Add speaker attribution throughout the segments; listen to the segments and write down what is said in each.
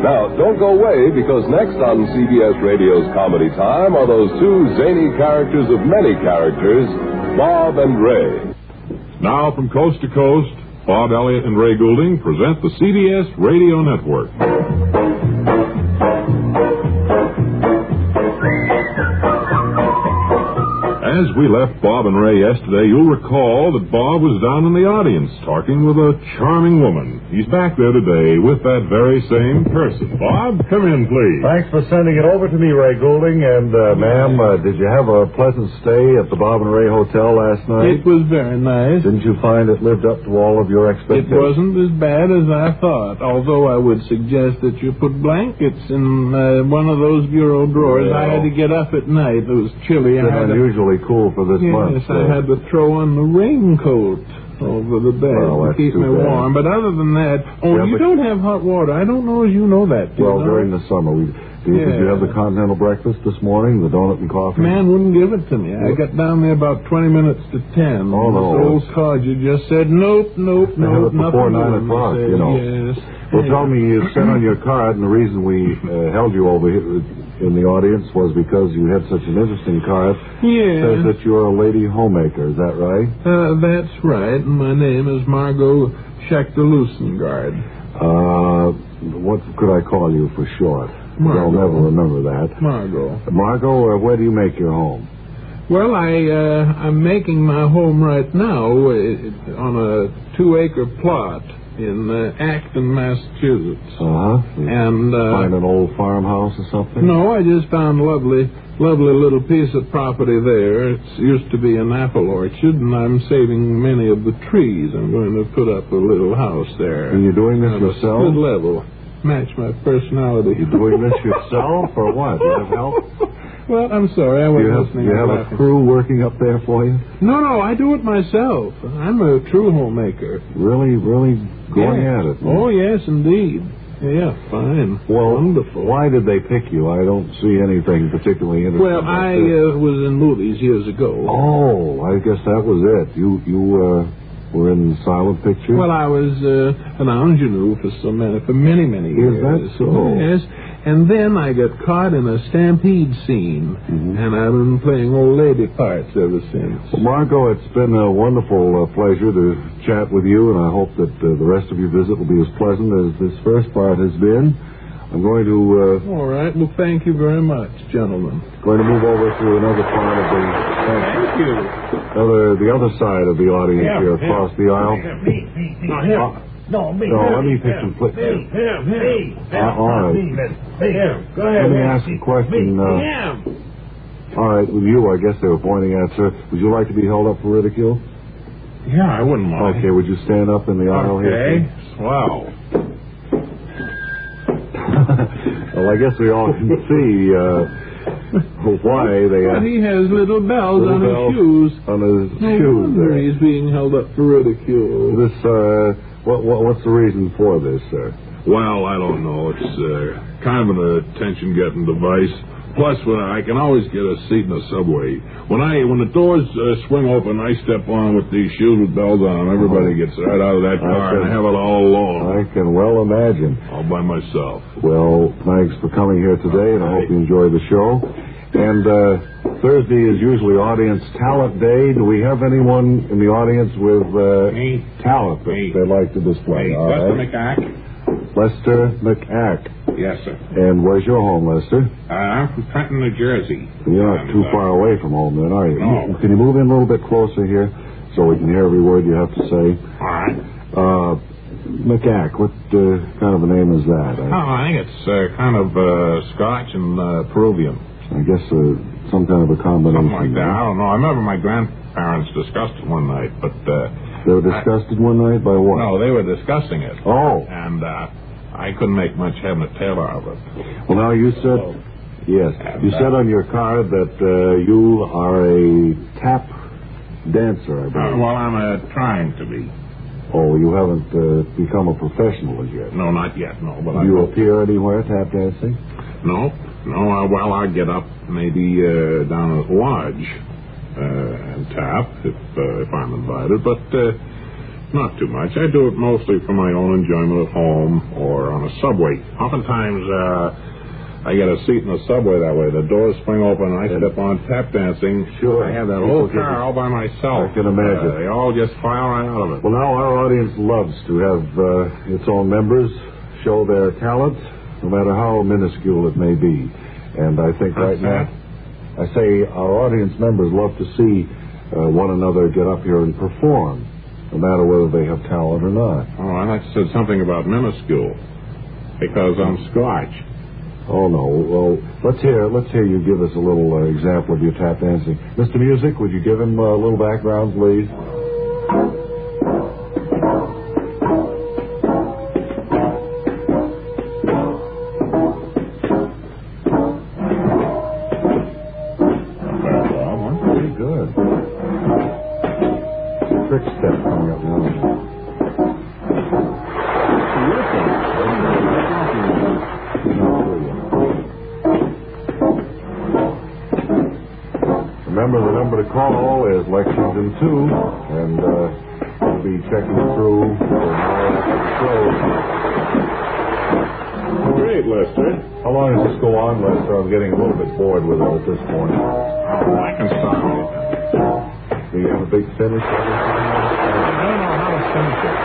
Speaker 1: Now, don't go away because next on CBS Radio's Comedy Time are those two zany characters of many characters, Bob and Ray.
Speaker 2: Now, from coast to coast, Bob Elliott and Ray Goulding present the CBS Radio Network. As we left Bob and Ray yesterday, you'll recall that Bob was down in the audience talking with a charming woman. He's back there today with that very same person. Bob, come in, please.
Speaker 3: Thanks for sending it over to me, Ray Goulding. And, uh, ma'am, uh, did you have a pleasant stay at the Bob and Ray Hotel last night?
Speaker 4: It was very nice.
Speaker 3: Didn't you find it lived up to all of your expectations?
Speaker 4: It wasn't as bad as I thought, although I would suggest that you put blankets in uh, one of those bureau drawers. I had to get up at night. It was chilly.
Speaker 3: It's
Speaker 4: I
Speaker 3: been
Speaker 4: had to-
Speaker 3: unusually cool for this
Speaker 4: yes,
Speaker 3: month.
Speaker 4: I
Speaker 3: so-
Speaker 4: had to throw on the raincoat over the bed
Speaker 3: Well,
Speaker 4: to
Speaker 3: that's
Speaker 4: keep
Speaker 3: too
Speaker 4: me
Speaker 3: bad.
Speaker 4: warm. But other than that, oh,
Speaker 3: Yeah,
Speaker 4: you
Speaker 3: but-
Speaker 4: don't have hot water. I don't know as you know that. do you
Speaker 3: Well,
Speaker 4: know?
Speaker 3: during the summer, we, did, did you
Speaker 4: Yeah.
Speaker 3: have the continental breakfast this morning, the donut and coffee?
Speaker 4: Man wouldn't give it to me. I got down there about 20 minutes to 10.
Speaker 3: Oh, no.
Speaker 4: This old codger just said, nope, nope,
Speaker 3: They have it
Speaker 4: nope,
Speaker 3: before 9
Speaker 4: nothing doing," he
Speaker 3: o'clock,
Speaker 4: said.
Speaker 3: you know.
Speaker 4: Yes.
Speaker 3: Well,
Speaker 4: Yeah.
Speaker 3: tell me, you sent on your card, and the reason we uh, held you over here in the audience was because you had such an interesting card. It says
Speaker 4: Yeah,
Speaker 3: that you're a lady homemaker, is that right?
Speaker 4: uh, that's right. My name is Margot Schachtelusengard.
Speaker 3: Uh, what could I call you for short? I'll
Speaker 4: Margot.
Speaker 3: never remember that.
Speaker 4: Margot.
Speaker 3: Margot, uh, where do you make your home?
Speaker 4: Well, I, uh, I'm making my home right now uh, on a two-acre plot in uh, Acton, Massachusetts.
Speaker 3: Uh huh.
Speaker 4: And, uh,
Speaker 3: Find an old farmhouse or something?
Speaker 4: No, I just found a lovely, lovely little piece of property there. It used to be an apple orchard, and I'm saving many of the trees. I'm going to put up a little house there.
Speaker 3: And you're doing this
Speaker 4: At a
Speaker 3: yourself?
Speaker 4: Good level. Match my personality.
Speaker 3: You doing this yourself or what? You have help?
Speaker 4: Well, I'm sorry, I
Speaker 3: You
Speaker 4: wasn't
Speaker 3: have,
Speaker 4: listening.
Speaker 3: you
Speaker 4: to
Speaker 3: have a
Speaker 4: laughing.
Speaker 3: crew working up there for you?
Speaker 4: No, no, I do it myself. I'm a true homemaker.
Speaker 3: Really, really going
Speaker 4: Yes.
Speaker 3: at it.
Speaker 4: Oh, yes, indeed. Yeah, fine.
Speaker 3: Well,
Speaker 4: Wonderful.
Speaker 3: Why did they pick you? I don't see anything particularly interesting.
Speaker 4: Well,
Speaker 3: about
Speaker 4: I
Speaker 3: this.
Speaker 4: uh, was in movies years ago.
Speaker 3: Oh, I guess that was it. You you uh, were in silent picture.
Speaker 4: Well, I was uh, an ingenue for so many, for many, many years.
Speaker 3: Is that so?
Speaker 4: Yes. And then I got caught in a stampede scene,
Speaker 3: Mm-hmm.
Speaker 4: and I've been playing old lady parts ever since.
Speaker 3: Marco, it's been a wonderful uh, pleasure to chat with you, and I hope that uh, the rest of your visit will be as pleasant as this first part has been. I'm going to
Speaker 4: All right. Well, thank you very much, gentlemen.
Speaker 3: uh, going to move over to another part of the
Speaker 4: Thank you.
Speaker 3: other the other side of the audience
Speaker 5: Yeah,
Speaker 3: here
Speaker 5: yeah.
Speaker 3: across the aisle.
Speaker 5: Me, me, me.
Speaker 3: him.
Speaker 5: No, me.
Speaker 3: No, let me pick some pla-
Speaker 5: Him, him, him.
Speaker 3: Uh, all right.
Speaker 5: Me, me. Him. Go ahead.
Speaker 3: Let me ask a question,
Speaker 5: Me,
Speaker 3: uh,
Speaker 5: him.
Speaker 3: All right, with you, I guess they were pointing at, sir. Would you like to be held up for ridicule?
Speaker 4: Yeah, I wouldn't mind.
Speaker 3: Okay, would you stand up in the aisle here?
Speaker 4: Okay. Wow.
Speaker 3: sir? well, I guess we all can see uh, why they
Speaker 4: Well,
Speaker 3: have
Speaker 4: he has little bells
Speaker 3: Little
Speaker 4: on
Speaker 3: bells.
Speaker 4: his shoes.
Speaker 3: on his
Speaker 4: No
Speaker 3: shoes
Speaker 4: wonder
Speaker 3: there.
Speaker 4: he's being held up for ridicule.
Speaker 3: This, uh, what, what, what's the reason for this, sir?
Speaker 2: Well, I don't know. It's uh, kind of an attention-getting device. Plus, when I can always get a seat in the subway. When I when the doors uh, swing open, I step on with these shoes with bells on 'em. Everybody gets right out of that
Speaker 3: I
Speaker 2: car and I
Speaker 3: can-
Speaker 2: have it all alone,
Speaker 3: I can well imagine.
Speaker 2: all by myself.
Speaker 3: Well, thanks for coming here today, and I hope you enjoy the show. And uh, Thursday is usually audience talent day. Do we have anyone in the audience with uh,
Speaker 5: Me.
Speaker 3: talent that
Speaker 5: Me.
Speaker 3: they'd like to display? All right.
Speaker 5: McAck.
Speaker 3: Lester McAck.
Speaker 5: Yes, sir.
Speaker 3: And where's your home, Lester?
Speaker 5: Uh, I'm from Trenton, New Jersey.
Speaker 3: You're not too far away from home, then, are you?
Speaker 5: No.
Speaker 3: Can you move in a little bit closer here so we can hear every word you have to say?
Speaker 5: All right.
Speaker 3: Uh, McAck, what uh, kind of a name is that? I,
Speaker 2: Oh, I think it's uh, kind of uh, Scotch and uh, Peruvian,
Speaker 3: I guess uh, some kind of a combination. huh?
Speaker 2: don't know. I remember my grandparents discussed it one night, but uh,
Speaker 3: They were disgusted one night by what?
Speaker 2: they were discussing it,
Speaker 3: Oh,
Speaker 2: and uh, I couldn't make much head and tail out of it.
Speaker 3: well, now you said. Yes. You said on your card that uh, you are a tap dancer, I
Speaker 2: Uh,
Speaker 3: believe.
Speaker 2: well, I'm uh, trying to be.
Speaker 3: Oh, you haven't uh, become a professional as yet.
Speaker 2: No, not yet. No, but
Speaker 3: Do
Speaker 2: I.
Speaker 3: you appear anywhere tap dancing?
Speaker 2: No, no. Uh, well, I'll get up maybe uh, down at the lodge uh, and tap if uh, if I'm invited. But uh,
Speaker 4: Not too much. I do it mostly for my own enjoyment at home or on a subway. Oftentimes, uh, I get a seat in the subway that way. The doors swing open and I step on tap dancing.
Speaker 3: Sure.
Speaker 4: I have that
Speaker 3: People
Speaker 4: whole
Speaker 3: get-
Speaker 4: car all by myself.
Speaker 3: I can imagine.
Speaker 4: Uh, they all just file right out of it.
Speaker 3: Well, now our audience loves to have uh, its own members show their talent, no matter how minuscule it may be. And I think right
Speaker 4: What's
Speaker 3: now, I say our audience members love to see uh, one another get up here and perform, no matter whether they have talent or not.
Speaker 4: Oh, I like said something about minuscule because I'm Scotch.
Speaker 3: Oh no! Well, let's hear let's hear you give us a little uh, example of your tap dancing, Mr. Music. Would you give him a little background, please? Pretty good. Trick step coming up now. Remember, the number to call is Lexington 2, and uh, we'll be checking through for an hour after the show.
Speaker 4: Great, Lester.
Speaker 3: How long does this go on, Lester? I'm getting a little bit bored with it at this point.
Speaker 4: Oh, I can stop it.
Speaker 3: Do you have a big finish?
Speaker 4: I don't know how to finish it.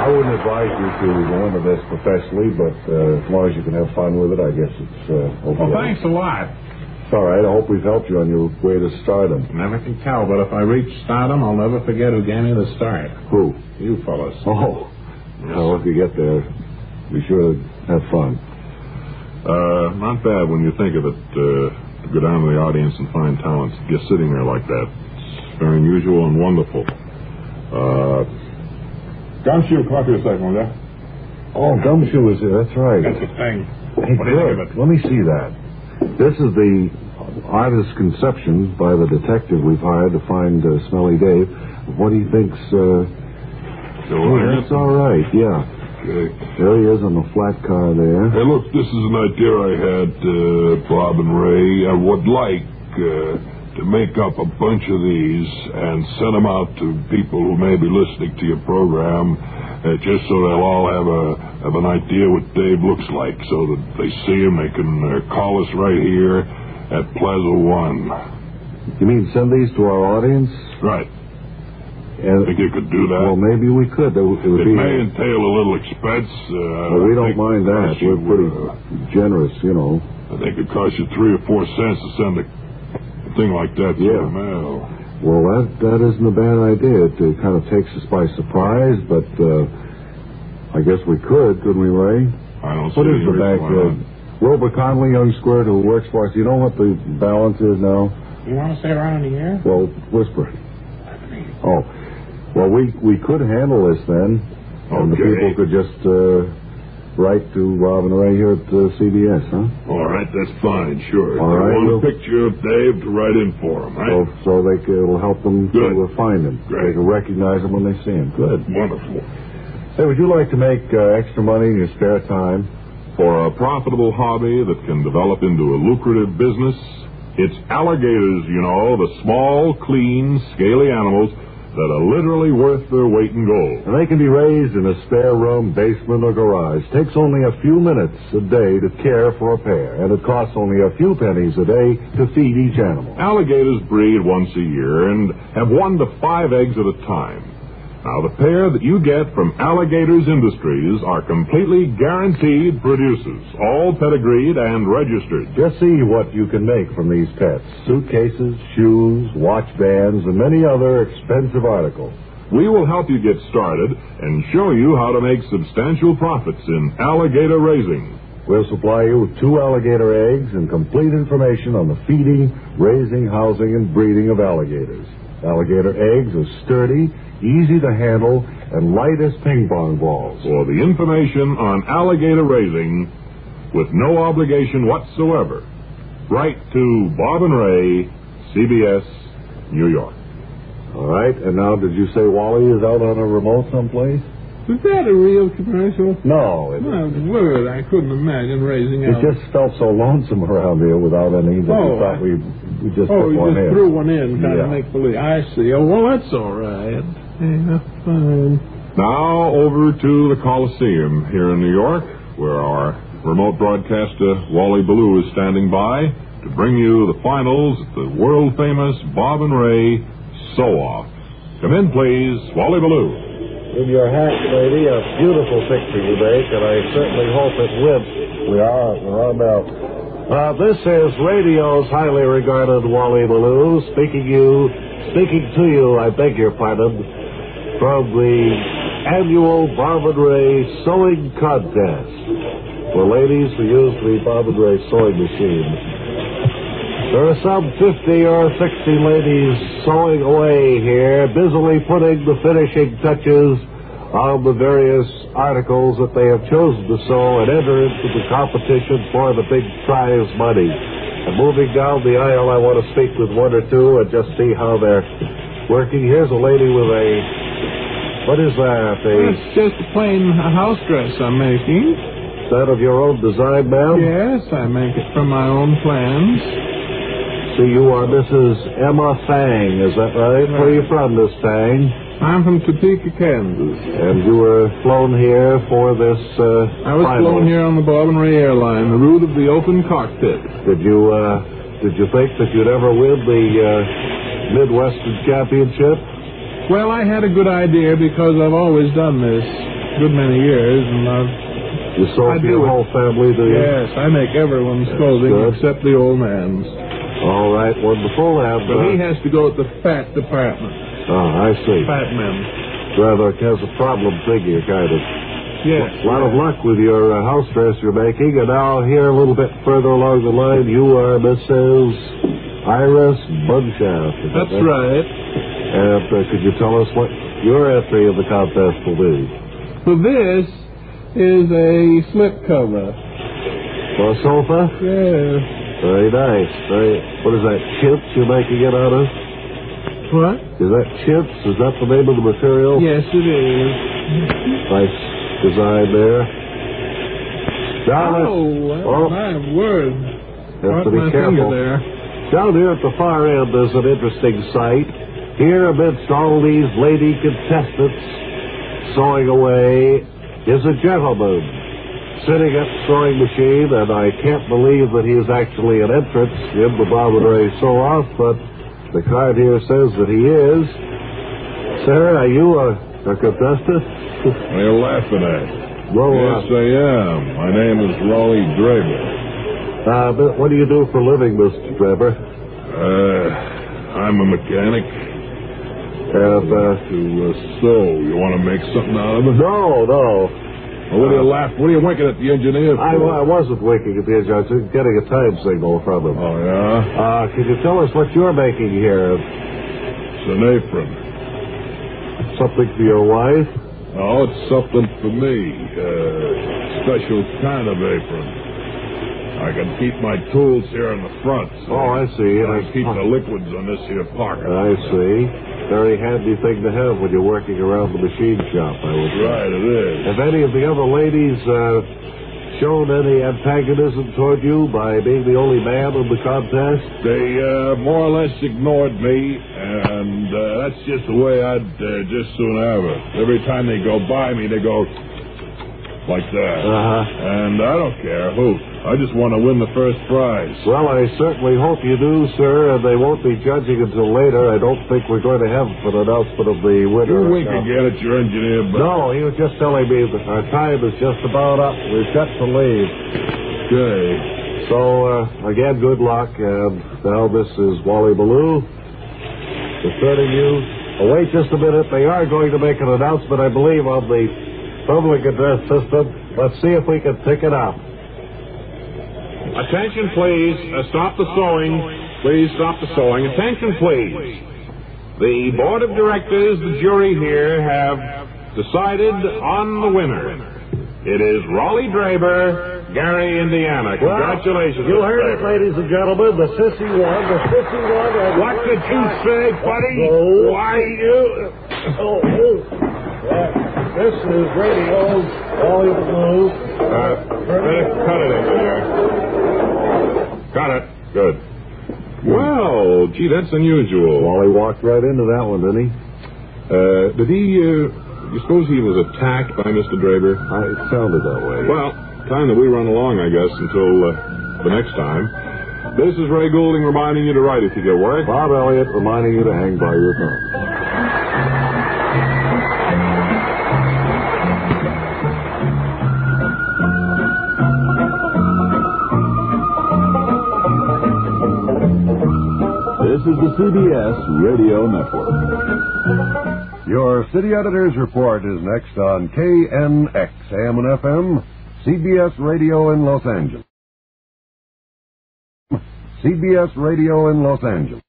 Speaker 3: I wouldn't advise you to go into this professionally, but uh, as long as you can have fun with it, I guess it's uh, okay.
Speaker 4: Well, thanks a lot.
Speaker 3: It's all right. I hope we've helped you on your way to stardom.
Speaker 4: Never can tell, but if I reach stardom, I'll never forget who gave me the start.
Speaker 3: Who?
Speaker 4: You fellas.
Speaker 3: Oh. Well, if you get there, be sure to have fun.
Speaker 4: Uh, not bad when you think of it. Uh, to go down to the audience and find talents just sitting there like that. It's very unusual and wonderful. Uh, Gumshoe, come up here a second, will ya?
Speaker 3: Oh, Gumshoe was here. That's right.
Speaker 5: That's the thing.
Speaker 3: Hey,
Speaker 5: What do you think
Speaker 3: good. Let me see that. This is the artist's conception by the detective we've hired to find uh, Smelly Dave of what he thinks. Uh,
Speaker 4: Still
Speaker 3: oh,
Speaker 4: in it?
Speaker 3: that's all right, yeah.
Speaker 4: Okay.
Speaker 3: There he is on the flat car there.
Speaker 4: Hey, look, this is an idea I had, uh, Bob and Ray. I would like uh, to make up a bunch of these and send them out to people who may be listening to your program, uh, just so they'll all have a have an idea what Dave looks like, so that they see him, they can uh, call us right here at Plaza One.
Speaker 3: You mean send these to our audience?
Speaker 4: Right.
Speaker 3: And,
Speaker 4: Think you could do that?
Speaker 3: well, maybe we could. That would, it would
Speaker 4: it
Speaker 3: be.
Speaker 4: may entail a little expense. Uh,
Speaker 3: Well, we don't
Speaker 4: think
Speaker 3: mind that.
Speaker 4: it
Speaker 3: We're
Speaker 4: would,
Speaker 3: pretty
Speaker 4: uh,
Speaker 3: generous, you know.
Speaker 4: I think it costs you three or four cents to send a thing like that through
Speaker 3: Yeah.
Speaker 4: the mail.
Speaker 3: Well, that that isn't a bad idea. It uh, kind of takes us by surprise, but uh, I guess we could, couldn't we, Ray?
Speaker 4: I don't
Speaker 3: What
Speaker 4: see
Speaker 3: is the
Speaker 4: any reason
Speaker 3: back
Speaker 4: why
Speaker 3: uh, Wilbur Conley, young squirt who works for us. You know what the balance is now?
Speaker 5: You want to stay around in the air?
Speaker 3: Well, whisper. it. Oh, well, we we could handle this then, and the
Speaker 4: Okay.
Speaker 3: people could just uh, write to Rob and Ray here at uh, CBS, huh?
Speaker 4: not. All right, that's fine, sure.
Speaker 3: All
Speaker 4: They
Speaker 3: right,
Speaker 4: want
Speaker 3: we'll-
Speaker 4: a picture of Dave to write in for him, right?
Speaker 3: So so they c it'll help them
Speaker 4: Good.
Speaker 3: to uh, find him.
Speaker 4: Great.
Speaker 3: They can recognize him when they see him. Good.
Speaker 4: Wonderful.
Speaker 3: Hey, would you like to make uh, extra money in your spare time?
Speaker 4: For a profitable hobby that can develop into a lucrative business, it's alligators, you know, the small, clean, scaly animals that are literally worth their weight in gold.
Speaker 3: And they can be raised in a spare room, basement, or garage. Takes only a few minutes a day to care for a pair, and it costs only a few pennies a day to feed each animal.
Speaker 4: Alligators breed once a year and have one to five eggs at a time. Now, the pair that you get from Alligators Industries are completely guaranteed producers, all pedigreed and registered.
Speaker 3: Just see what you can make from these pets suitcases, shoes, watch bands, and many other expensive articles.
Speaker 4: We will help you get started and show you how to make substantial profits in alligator raising.
Speaker 3: We'll supply you with two alligator eggs and complete information on the feeding, raising, housing, and breeding of alligators. Alligator eggs are sturdy, easy to handle, and light as ping pong balls.
Speaker 4: For the information on alligator raising with no obligation whatsoever, write to Bob and Ray, CBS, New York.
Speaker 3: All right, and now did you say Wally is out on a remote someplace?
Speaker 6: Is that a real commercial?
Speaker 3: No, it,
Speaker 6: My word, I couldn't imagine raising
Speaker 3: it
Speaker 6: out.
Speaker 3: just felt so lonesome around here without any that we
Speaker 6: Oh,
Speaker 3: thought
Speaker 6: I-
Speaker 3: we, we just
Speaker 6: oh,
Speaker 3: put
Speaker 6: you
Speaker 3: one
Speaker 6: just
Speaker 3: in.
Speaker 6: threw one in, kind
Speaker 3: Yeah.
Speaker 6: of make believe. I see. Oh, well, that's all right. Yeah, fine.
Speaker 4: Now over to the Coliseum here in New York, where our remote broadcaster Wally Ballou is standing by to bring you the finals of the world famous Bob and Ray Sew Off. Come in, please, Wally Ballou.
Speaker 3: In your hat, lady, a beautiful picture you make, and I certainly hope it whips. We are, we're on now. Uh, this is radio's highly regarded Wally Ballou speaking you, speaking to you, I beg your pardon, from the annual Bob and Ray Sewing Contest. For ladies who use the Bob and Ray sewing machine. There are some 50 or 60 ladies sewing away here, busily putting the finishing touches on the various articles that they have chosen to sew and enter into the competition for the big prize money. And moving down the aisle, I want to speak with one or two and just see how they're working. Here's a lady with a. What is that? A,
Speaker 6: It's just a plain house dress I'm making.
Speaker 3: is that of your own design, ma'am?
Speaker 6: Yes, I make it from my own plans.
Speaker 3: So you are Mrs. Emma Fang, is that right? Where are you from, Miss Fang?
Speaker 6: I'm from Topeka, Kansas.
Speaker 3: And you were flown here for this uh,
Speaker 6: I was
Speaker 3: final.
Speaker 6: flown here on the Bob and Ray airline, the route of the open cockpit.
Speaker 3: Did you uh, did you think that you'd ever win the uh, Midwestern Championship?
Speaker 6: Well, I had a good idea because I've always done this a good many years, and I've,
Speaker 3: You sold
Speaker 6: I
Speaker 3: for
Speaker 6: do
Speaker 3: your
Speaker 6: it.
Speaker 3: whole family, do you?
Speaker 6: yes, I make everyone's clothing
Speaker 3: good.
Speaker 6: except the old man's.
Speaker 3: All right, wonderful. And,
Speaker 6: But he
Speaker 3: uh,
Speaker 6: has to go at the fat department.
Speaker 3: oh, I see.
Speaker 6: Fat men.
Speaker 3: Rather has a problem figure, kind of.
Speaker 6: Yes.
Speaker 3: A lot of luck with your uh, house dress you're making. And now here a little bit further along the line, you are Mrs. Iris Bunshaft. is that
Speaker 6: That's right.
Speaker 3: And uh, could you tell us what your entry in the contest will be?
Speaker 6: So this is a slip cover.
Speaker 3: For a sofa?
Speaker 6: Yes.
Speaker 3: Very nice. Very. What is that? Chips you're making it out of?
Speaker 6: What?
Speaker 3: Is that chips? Is that the name of the material?
Speaker 6: Yes, it is.
Speaker 3: Nice design there. Now let's-
Speaker 6: Oh,
Speaker 3: Oh.
Speaker 6: my word.
Speaker 3: have
Speaker 6: Caught
Speaker 3: to be
Speaker 6: my
Speaker 3: careful.
Speaker 6: finger there.
Speaker 3: Down here at the far end, there's an interesting sight. Here, amidst all these lady contestants sewing away, is a gentleman sitting at the sewing machine, and I can't believe that he is actually an entrance in the Bob and Ray sew off, but the card here says that he is. Sir, are you a, a contestant?
Speaker 4: What are you laughing at?
Speaker 3: well,
Speaker 4: yes, I am. My name is Raleigh Draper.
Speaker 3: uh, uh, but what do you do for a living, Mr. Trevor?
Speaker 4: Uh, I'm a mechanic.
Speaker 3: And, uh,
Speaker 4: To uh, sew. You want to make something out of it?
Speaker 3: no, no.
Speaker 4: Well, what are you laugh? What are you winking at the engineer for?
Speaker 3: I, I wasn't winking at the edge. I was getting a time signal from him.
Speaker 4: Oh yeah,
Speaker 3: Uh, can you tell us what you're making here?
Speaker 4: it's an apron.
Speaker 3: Something for your wife?
Speaker 4: Oh, it's something for me. Uh, special kind of apron. I can keep my tools here in the front. so
Speaker 3: Oh, Uh, I see.
Speaker 4: I
Speaker 3: I,
Speaker 4: can keep the liquids on this here pocket.
Speaker 3: I see. Very handy thing to have when you're working around the machine shop, I would think.
Speaker 4: Right, it is.
Speaker 3: Have any of the other ladies uh, shown any antagonism toward you by being the only man in the contest?
Speaker 4: They uh, more or less ignored me, and uh, that's just the way I'd uh, just soon have it. Every time they go by me, they go like that.
Speaker 3: Uh-huh.
Speaker 4: And I don't care who. I just want to win the first prize.
Speaker 3: Well, I certainly hope you do, sir, and they won't be judging until later. I don't think we're going to have an announcement of the winner.
Speaker 4: You wink again at your engineer, but
Speaker 3: No, he was just telling me that our time is just about up. We've got to leave.
Speaker 4: okay.
Speaker 3: So, uh, again, good luck. And now this is Wally Ballou returning you. Oh, wait just a minute. They are going to make an announcement, I believe, on the public address system. Let's see if we can pick it up.
Speaker 4: Attention, please. Uh, stop the sewing. Please stop the sewing. Attention, please. The board of directors, the jury here, have decided on the winner. It is Raleigh Draber, Gary, Indiana. Congratulations.
Speaker 3: you
Speaker 4: Mr.
Speaker 3: heard it,
Speaker 4: Draper.
Speaker 3: ladies and gentlemen. The sissy won. The sissy won. and-
Speaker 4: What did you say, buddy?
Speaker 3: Oh.
Speaker 4: Why, you.
Speaker 3: Oh, oh. Well, this is radio's Wally Ballou.
Speaker 4: Uh, uh, cut it, engineer. Got it. Good. Well, gee, that's unusual.
Speaker 3: Wally walked right into that one, didn't he?
Speaker 4: Uh, did he uh, You suppose he was attacked by Mr. Draper?
Speaker 3: I, it sounded that way.
Speaker 4: Well, time that we run along, I guess, until uh, the next time. This is Ray Goulding reminding you to write if you get worried.
Speaker 3: Bob Elliott reminding you to hang by your thumb.
Speaker 2: This is the CBS Radio Network.
Speaker 3: Your city editor's report is next on KNX AM and FM, CBS Radio in Los Angeles. CBS Radio in Los Angeles.